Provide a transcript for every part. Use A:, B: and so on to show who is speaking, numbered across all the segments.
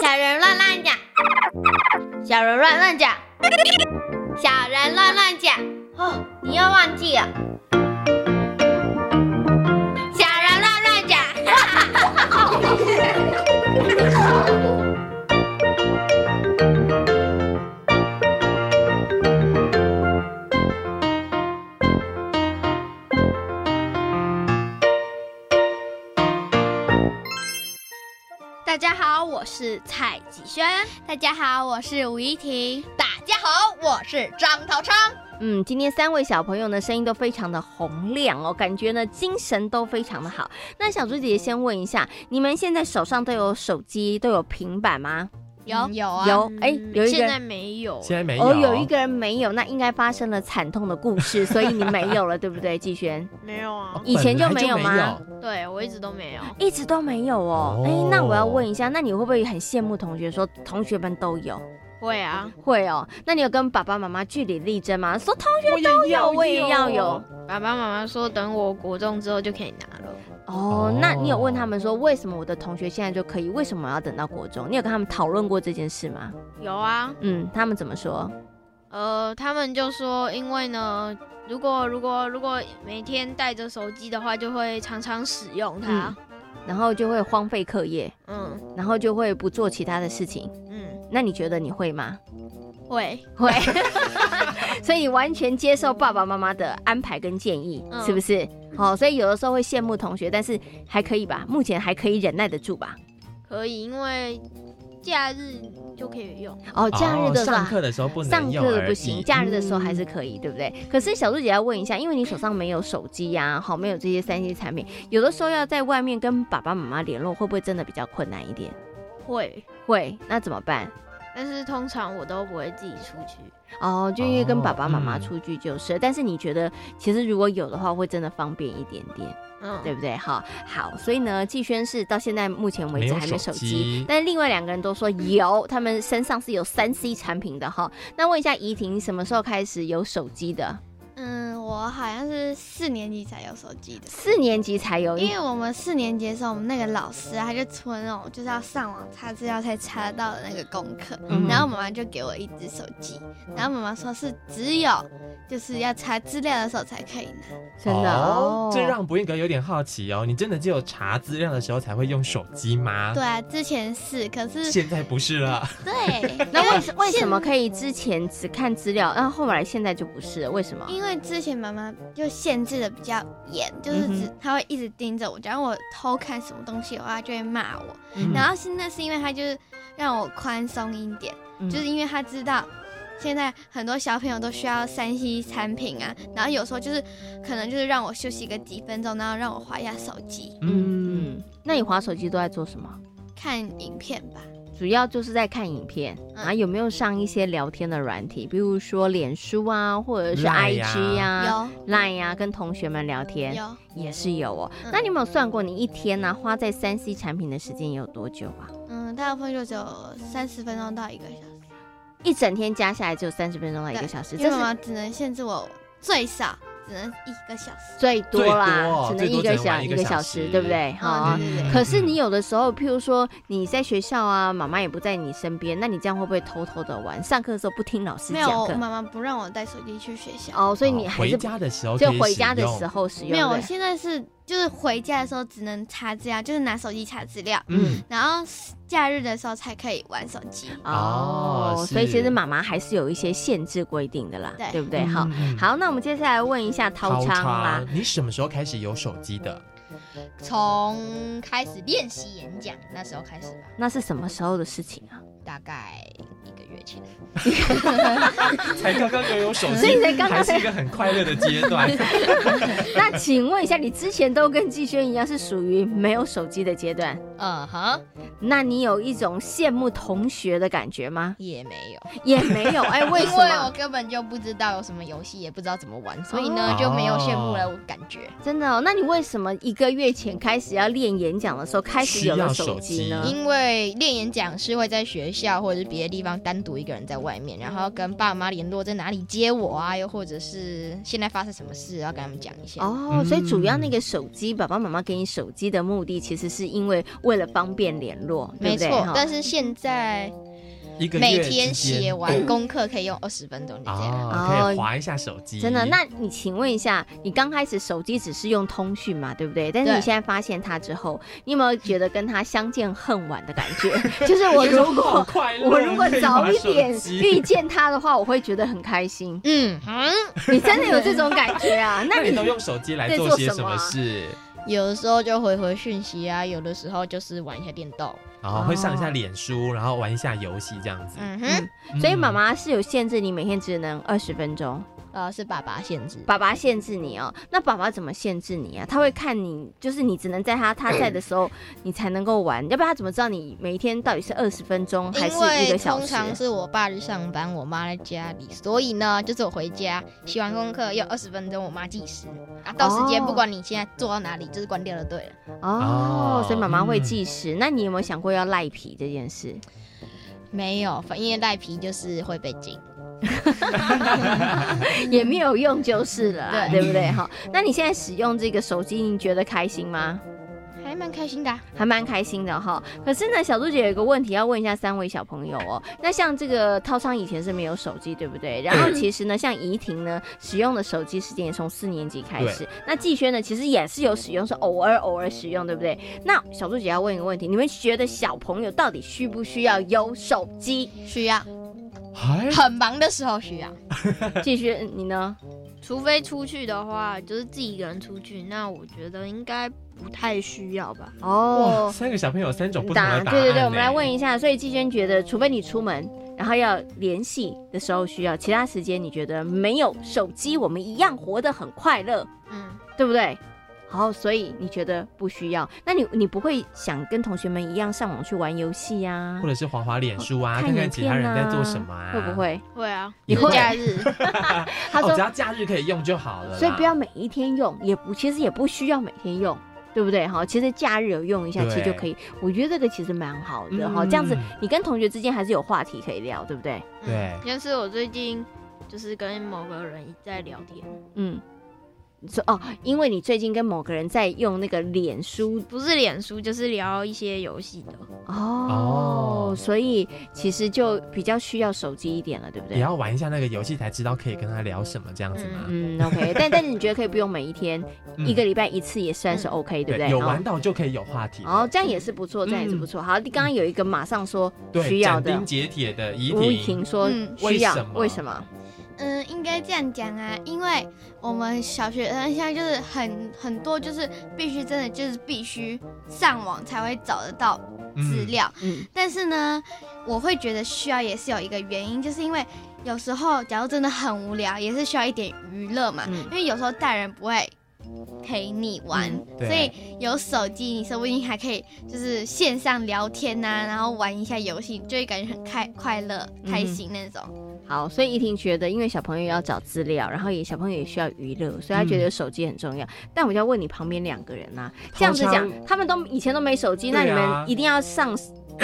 A: 小人乱乱讲，小人乱乱讲，小人乱乱讲。哦，你又忘记了。小人乱乱讲，
B: 大家好，我是蔡启轩。大家好，我是吴怡婷。
C: 大家好，我是张涛昌。
D: 嗯，今天三位小朋友呢，声音都非常的洪亮哦，感觉呢精神都非常的好。那小猪姐姐先问一下，你们现在手上都有手机，都有平板吗？
B: 有
C: 嗯有啊，
D: 有，哎、有一个
B: 现在
D: 人。
B: 没有。
E: 现在没有。
D: 哦，有一个人没有，那应该发生了惨痛的故事，所以你没有了，对不对，季轩？
B: 没有啊
E: 哦，
D: 以前就
E: 本来
D: 没有
E: 就
D: 吗
B: 对我一直都没有。
D: 一直都没有哦。哎、
E: 哦
D: 那我要问一下，那你会不会很羡慕同学说同学们都有？
B: 会啊，
D: 会哦。那你有跟爸爸妈妈据理力争吗？说同学
E: 我也
D: 有，
E: 要，
D: 我也要有。。
B: 爸爸妈妈说等我国中之后就可以拿了。
D: 哦
E: 哦，
D: 那你有问他们说为什么我的同学现在就可以，为什么我要等到国中？你有跟他们讨论过这件事吗？
B: 有啊，
D: 嗯，他们怎么说？
B: 呃，他们就说，因为呢，如果如果如果每天带着手机的话，就会常常使用它。
D: 嗯然后就会荒废课业，
B: 嗯
D: 然后就会不做其他的事情。
B: 嗯
D: 那你觉得你会吗？
B: 会
D: 会， 所以完全接受爸爸妈妈的安排跟建议，
B: 嗯
D: 是不是？好、所以有的时候会羡慕同学，但是还可以吧，目前还可以忍耐得住吧。
B: 可以，因为假日就可以用。
D: 哦，假日的
E: 哦
D: 时候
E: 上
D: 啊。
E: 课的时候不能
D: 上
E: 用
D: 课
E: 而
D: 不
E: 已
D: 行，假日的时候还是可以，对不对？可是小猪姐姐要问一下，因为你手上没有手机呀、好，没有这些三 C 产品，有的时候要在外面跟爸爸妈妈联络，会不会真的比较困难一点？
B: 会，
D: 会，那怎么办？
B: 但是通常我都不会自己出去。
D: 哦，就因为跟
E: 哦
D: 爸爸妈妈
E: 嗯
D: 出去就是，但是你觉得其实如果有的话，会真的方便一点点。
B: 嗯，
D: 对不对？哈，好，所以呢，季轩是到现在目前为
E: 嗯没
D: 止
E: 有
D: 还没
E: 手
D: 手机，
E: 机
D: 但是另外两个人都说有，他们身上是有三 C 产品的哈。那问一下怡婷，你什么时候开始有手机的？
C: 嗯，我好像是四年级才有手机的。
D: 四年级才有，
C: 因为我们四年级的时候，我们那个老师啊，他就出那种就是要上网查资料才查得到的那个功课，
D: 嗯
C: 然后妈妈就给我一只手机，
D: 啊
C: 然后妈妈说是只有就是要查资料的时候才可以拿。
D: 真的哦，
E: 这让不彦格有点好奇哦。你真的只有查资料的时候才会用手机吗？
C: 对，啊，之前是，可是
E: 现在不是了。
C: 对，
D: 那为什为什么可以之前只看资料，然后后来现在就不是了？为什么？
C: 因为之前妈妈就限制的比较严，
D: 嗯
C: 就是只、她会一直盯着我，只要我偷看什么东西的话，她就会骂我。
D: 嗯
C: 然后现在是因为她就是让我宽松一点，
D: 嗯
C: 就是因为她知道。现在很多小朋友都需要三 C 产品啊，然后有时候就是可能就是让我休息个几分钟，然后让我划一下手机
E: 嗯，
D: 嗯，那你划手机都在做什么？
C: 看影片吧。
D: 主要就是在看影片，
C: 嗯
D: 然后有没有上一些聊天的软体，比如说脸书啊，或者是
E: Line
D: IG 呀、
C: 有
D: Line 呀、跟同学们聊天
C: 有，
D: 啊也是有哦。
C: 嗯
D: 那你有没有算过，你一天呢、花在三 C 产品的时间有多久啊？
C: 嗯，大部分就只有三十分钟到一个小时。
D: 一整天加下来只有三十分钟到一个小时，
C: 因为
D: 这
C: 妈
D: 是
C: 妈只能限制我最少只能一个小时。
D: 最多啦，
E: 最多
D: 只能一
E: 最多
D: 个
E: 只能
D: 小
E: 玩一
D: 个
E: 个
D: 小
E: 小时
D: 对不对？好、
C: 嗯对对对
D: 哦可是你有的时候，譬如说你在学校啊，妈妈也不在你身边，那你这样会不会偷偷的玩？上课的时候不听老师
C: 没
D: 讲
C: 有，
D: 课
C: 妈妈不让我带手机去学校。
D: 哦，所以你
E: 哦
D: 还
E: 回
D: 是
E: 家的时候可
D: 就
E: 以使用，嗯
D: 回家的时候使用。
C: 没有，
D: 对
C: 我
D: 不对
C: 现在是就是回家的时候只能查资料，就是拿手机查资料，
E: 嗯，
C: 然后假日的时候才可以玩手机。
D: 哦，
E: 哦
D: 所以其实
E: 是
D: 妈妈还是有一些限制规定的啦，
C: 对
D: 对不对？好，
E: 嗯，
D: 好，那我们接下来问一下
E: 掏
D: 涛昌啦，，
E: 你什么时候开始有手 机的？
F: 从开始练习演讲那时候开始吧，
D: 那是什么时候的事情啊？
F: 大概一个月前。
E: 才刚刚拥有手机，
D: 所以才刚刚
E: 还是一个很快乐的阶 段。
D: 那请问一下，你之前都跟季轩一样是属于没有手机的阶段，
F: 嗯哼，
D: 那你有一种羡慕同学的感 觉吗？
F: 也没有，
D: 也没有， 哎，为什
F: 因为我
D: 么？
F: 根本就不知道有什么游戏，也不知道怎么玩，所以
D: 哦
F: 呢就没有羡慕
C: 哦
F: 的感觉。
D: 真的、哦？那你为什么一个月前开始要练演讲的时候，开始有了手机呢
E: 需要手？机
F: 因为练演讲是会在学校或者是别的地方单独一个人在外面，然后跟爸妈联络在哪里接我啊，又或者是现在发生什么事要跟他们讲一下。
D: 哦，所以主要那个手机，爸爸妈妈给你手机的目的，其实是因为为为了方便联络，对
F: 没
D: 不对
F: 错
D: 哈。
F: 但是现在
E: 一个
F: 每
E: 月
F: 天
E: 之间
F: 写完功课可以用二十分钟就这样。
E: 啊，可
D: 哦
E: 以划一下手机。
D: 真的，那你请问一下，你刚开始手机只是用通讯嘛，对不对？但是
F: 对。
D: 你现在发现他之后，你有没有觉得跟他相见恨晚的感觉？就是我如
E: 好
D: 果
E: 快乐，
D: 我如果
E: 可以
D: 早
E: 划
D: 一
E: 手
D: 点
E: 机
D: 遇见他的话，我会觉得很开心
F: 嗯，
D: 你真的有这种感觉 啊？那
E: 那你
D: 你
E: 都用手机来
D: 在
E: 做
D: 做
E: 些
D: 什
E: 什
D: 么
E: 么
D: 啊
E: 事？
F: 有的时候就回回讯息啊，有的时候就是玩一下电动。
E: 然后会上一下
D: 哦
E: 脸书，然后玩一下游戏这样子。
F: 嗯哼，
D: 所以妈妈是有限制，你每天只能二十分钟。
F: 呃，是爸爸限制。
D: 爸爸限制你哦，那爸爸怎么限制你啊？他会看你，就是你只能在他他在的时候，你才能够玩，要不然他怎么知道你每一天到底是二十分钟还是
F: 因
D: 一
F: 为
D: 个小
F: 通
D: 时？
F: 常是我爸去上班，我妈在家里，所以呢，就是我回家写完功课用二十分钟，我妈计时啊，到时间
D: 哦
F: 不管你现在坐到哪里，就是关掉就对了。
D: 哦
E: 哦，
D: 所以妈妈会计时。那你有没有想过要赖皮这件事？
F: 没有，反因为赖皮就是会被禁。
D: 也没有用就是了啦，
F: 对
D: 对不对？哈，那你现在使用这个手机，你觉得开心吗？
F: 还蛮开心的啊、
D: 还蛮开心的哈。可是呢，小猪姐有一个问题要问一下三位小朋友哦。那像这个涛昌以前是没有手机，对不对？然后其实呢，像怡婷呢，使用的手机时间也从四年级开始。那季轩呢，其实也是有使用，是偶尔偶尔使用，对不对？那小猪姐要问一个问题：你们觉得小朋友到底需不需要有手机？
C: 需要
E: 哎，
F: 很忙的时候需要。
D: 季轩，你呢？
B: 除非出去的话，就是自己一个人出去，那我觉得应该不太需要吧。
D: 哦
E: 哇，，三个小朋友有三种不同
D: 答
E: 的答案。
D: 对对对，我们来。问一下。所以季轩觉得，除非你出门，然后要联系的时候需要，其他时间你觉得没有手机，我们一样活得很快乐，
B: 嗯，
D: 对不对？好，所以你觉得不需要？那你你不会想跟同学们一样上网去玩游戏呀、
E: 或者是滑滑脸书
D: 看
E: 啊，看
D: 影
E: 看其他
D: 片
E: 人在做
D: 啊
E: 什么啊，
D: 会不？会？
B: 会啊，
E: 你
B: 就是
E: 会
B: 假日
D: 他
E: 哦，
D: 说
E: 只要假日可以用就好了啦。
D: 所以不要每一天用，也不其实也不需要每天用，对不对？哈，其实假日有用一下，
E: 对
D: 其实就可以。我觉得这个其实蛮好的哈、
E: 嗯
D: 这样子你跟同学之间还是有话题可以聊，对不对？
E: 对
B: 但嗯是我最近就是跟某个人在聊天，
D: 嗯，你说哦，因为你最近跟某个人在用那个脸书
B: 不是脸书，就是聊一些游戏的。
D: 哦，
E: 哦
D: 所以其实就比较需要手机一点了，对不
E: 也
D: 对？
E: 要玩一下那个游戏才知道可以跟他聊什么这样子嘛。
D: 嗯，OK，但但是你觉得可以不用每一天，
E: 嗯
D: 一个礼拜一次也算是 OK，、对不对？
E: 有
D: 哦
E: 玩到就可以有话题了。
D: 哦，这样也是不错，这样也是不错。好，刚刚有一个马上说
E: 嗯对，
D: 需要
E: 斩
D: 的
E: 钉，截铁的怡
D: 吴
E: 婷
D: 婷说
C: 嗯
D: 需要
E: 为什，么
D: 为什么？
C: 嗯，应该这样讲啊，因为我们小学生现在就是很很多，就是必须真的就是必须上网才会找得到资料。
D: 嗯，
C: 但是呢，我会觉得需要也是有一个原因，就是因为有时候假如真的很无聊，也是需要一点娱乐嘛。
D: 嗯
C: 因为有时候大人不会陪你玩，
D: 嗯
E: 对
C: 所以有手机，你说不定还可以就是线上聊天呐、然后玩一下游戏，就会感觉很开快乐、开心那种。
D: 嗯好，所以怡婷觉得，因为小朋友要找资料，然后也小朋友也需要娱乐，所以
E: 嗯
D: 他觉得手机很重要。但我就要问你旁边两个人啊，这样子
E: 超
D: 讲
E: 商，
D: 他们都以前都没手机，那你
E: 对啊
D: 们一定要上。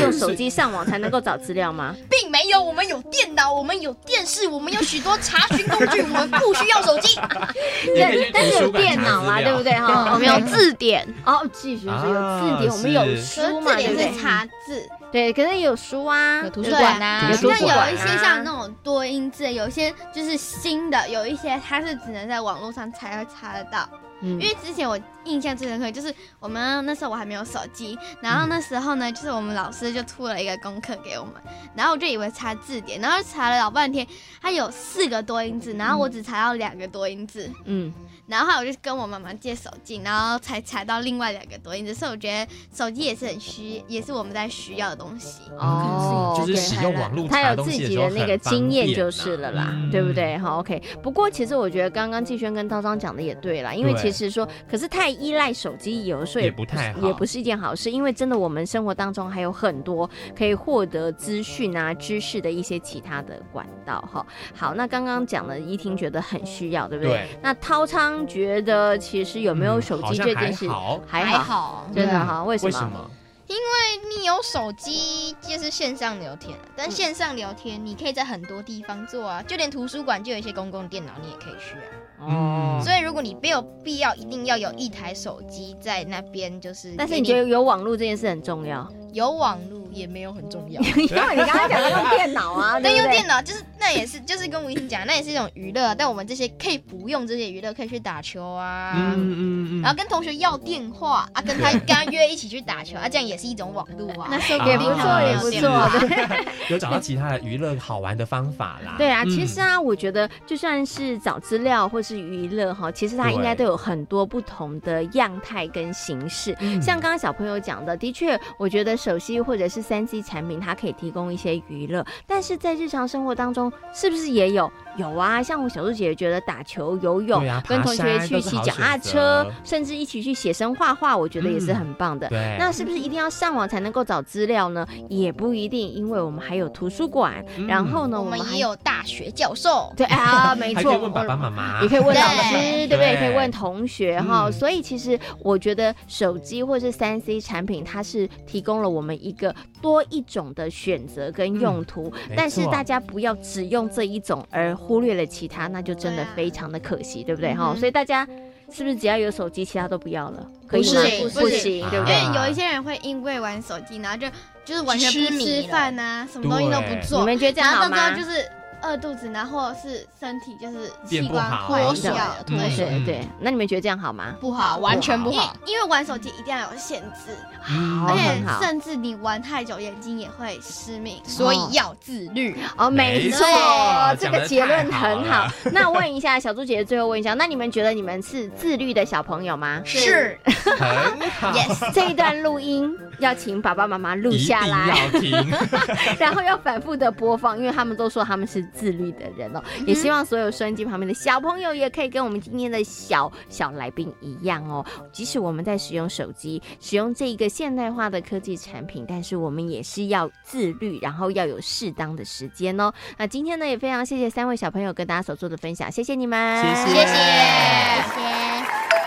D: 用手机上网才能够找资料吗？
F: 并没有，我们有电脑，我们有电视，我们有许多查询工具，我们不需要手机。
E: 也可以去
D: 但是
E: 图
D: 有
E: 书馆
D: 电
E: 查
D: 脑
E: 资
D: 嘛，
E: 料
D: 对不对？ 哈，我 们有字典哦，继续是有字
E: 啊
D: 典，我们有
E: 是
D: 书嘛，
C: 这
D: 对
C: 点
D: 不对
C: 是？查字，
D: 对，可是也有书啊，
F: 有图书
D: 对不对
F: 馆啊
D: 有
E: 图
D: 图
E: 书
D: 书馆
E: 馆
C: 那
E: 啊
C: 有一些像那种多音字，有一些就是新的，有一些它是只能在网络上才会查得到。
D: 嗯
C: 因为之前我印象最深刻就是我们那时候我还没有手机，然
D: 嗯
C: 后那时候呢，就是我们老师就出了一个功课给我们，然后我就以为查字典，然后查了老半天，它有四个多音字，然后我只查到两个多音字，
D: 嗯，
C: 然后后来我就跟我妈妈借手机，然后才查到另外两个多音字，所以我觉得手机也是很需，也是我们在需要的东西。
D: 哦，
E: 就是
D: OK
E: 使用网络
D: 他
E: 查
D: 有
E: 东
D: 自
E: 西
D: 己
E: 时候
D: 的那
E: 很
D: 个
E: 方
D: 经验
E: 便啊
D: 就
E: 呐
D: 是了啦，
E: 嗯
D: 对不对？好，OK。不过其实我觉得刚刚季轩跟涛章讲的也对啦，因为其
E: 对
D: 实说，可是太依赖手机，有的时候
E: 也
D: 不
E: 不太
D: 是
E: 好
D: 也不是一件好事。因为真的，我们生活当中还有很多可以获得资讯啊、知识的一些其他的管道哈。好，那刚刚讲的怡婷觉得很需要，对不对？
E: 对
D: 那涛昌觉得其实有没有
E: 嗯
D: 手
E: 好
D: 机
E: 像
D: 这
E: 还
D: 件事
E: 好
D: 还
F: 还好，
D: 真的哈？为什
E: 为
D: 么？
E: 什么？
F: 你有手机就是线上聊天啊，但线上聊天你可以在很多地方做啊，就连图书馆就有一些公共电脑，你也可以去啊。
D: 哦
E: 嗯。
F: 所以如果你没有必要，一定要有一台手机在那边，就是
D: 但是
F: 给
D: 你觉得有网络这件事很重要，
F: 有网络也没有很重要。
D: 因为你刚刚讲要用电脑啊，
F: 但
D: 对不
F: 用
D: 对
F: 电脑就是那也是就是跟吴婷讲，那也是一种娱乐啊。但我们这些可以不用这些娱乐，可以去打球啊，
E: 嗯嗯
F: 然后跟同学要电话啊，跟他跟他约一起去打球啊，这样也是一种网络
C: 那
F: 啊。
C: 说
E: 啊
D: 也
C: 不
D: 不
C: 定他
D: 错，
C: 们
D: 也
C: 有
D: 不
C: 电
D: 错
C: 话，
E: 有找到其他的娱乐好玩的方法啦。
D: 对啊，
E: 嗯
D: 其实啊，我觉得就算是找资料或是娱乐哈，其实它应该
E: 对
D: 都有很多不同的样态跟形式。
E: 嗯
D: 像刚刚小朋友讲的，的确，我觉得手机或者是三 C 产品，它可以提供一些娱乐，但是在日常生活当中，是不是也有？有啊，像我小猪姐姐觉得打球、游泳，
E: 对啊
D: 跟
E: 爬
D: 同学
E: 山
D: 去
E: 都是
D: 骑
E: 好
D: 脚踏
E: 选择
D: 车，甚至一起去写生画画，我觉得也是
E: 嗯
D: 很棒的。
E: 对，
D: 那是不是一定要上网才能够找资料呢？也不一定，因为我们还有图书馆，
E: 嗯
D: 然后呢，
F: 我
D: 我们
F: 们
D: 还
F: 也有大学教授，
D: 对啊，没
E: 还
D: 错，
E: 可以问爸爸妈妈，
D: 也可以问老师，对
E: 对
D: 不对？
E: 啊对
D: 可以问同学哈、
E: 嗯
D: 所以其实我觉得手机或是三 C 产品，它是提供了我们一个多一种的选择跟用途、
E: 嗯没
D: 但是
E: 错
D: 大家不要只用这一种而忽略了其他，那就真的
F: 对啊
D: 非常的可惜，对不对
F: 嗯
D: 哈、
F: 哼
D: 所以大家是不是只要有手机，其他都不要了？可以
C: 不
D: 吗？
C: 行
D: 不
C: 不
D: 行，
E: 行
D: 对不
C: 因
D: 对？
E: 啊
C: 为有一些人会因为玩手机，然后就就是完全
F: 痴
C: 不
F: 迷
C: 吃
F: 了
C: 饭啊，什么东西都不
E: 对
D: 你
C: 做，
D: 们觉得这样
C: 然
D: 好
C: 后
D: 吗？
C: 到最后就是饿肚子，然后或者是身体就是
E: 变
C: 器
E: 不
C: 官
E: 好
C: 坏
F: 脱水
C: 掉
F: 啊，
E: 嗯
F: 脱水
D: 对对，那你们觉得这样好吗？
C: 不好
F: 完全不
C: 因 为
F: 好。
C: 因为玩手机一定要有限制，
E: 嗯
D: 好
C: 而
D: 很
C: 且
D: 好
C: 甚至你玩太久，眼睛也会失明。
F: 所以要自律，？
D: 哦，没
E: 没
D: 错
E: 错，
D: 这
E: 讲
D: 个
E: 得
D: 结论
E: 太好
D: 很
E: 了
D: 好。 那问一下小猪姐姐，最后问一下，那你们觉得你们是自律的小朋友吗
F: 是
E: 很 好，
F: yes，
D: 这一段录音要请爸爸妈妈录
E: 一定
D: 下来，
E: 要听。
D: 然后要反复的播放，因为他们都说他们是自律的人哦。也希望所有收音机旁边的小朋友也可以跟我们今天的小小来宾一样哦。即使我们在使用手机，使用这一个现代化的科技产品，但是我们也是要自律，然后要有适当的时间哦。那今天呢，也非常谢谢三位小朋友跟大家所做的分享，谢谢你们，
E: 谢谢
F: 谢谢。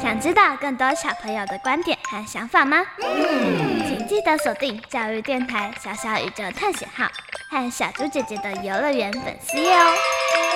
G: 想知道更多小朋友的观点和想法吗？请记得锁定教育电台《小小宇宙探险号》和小猪姐姐的游乐园粉丝页哦。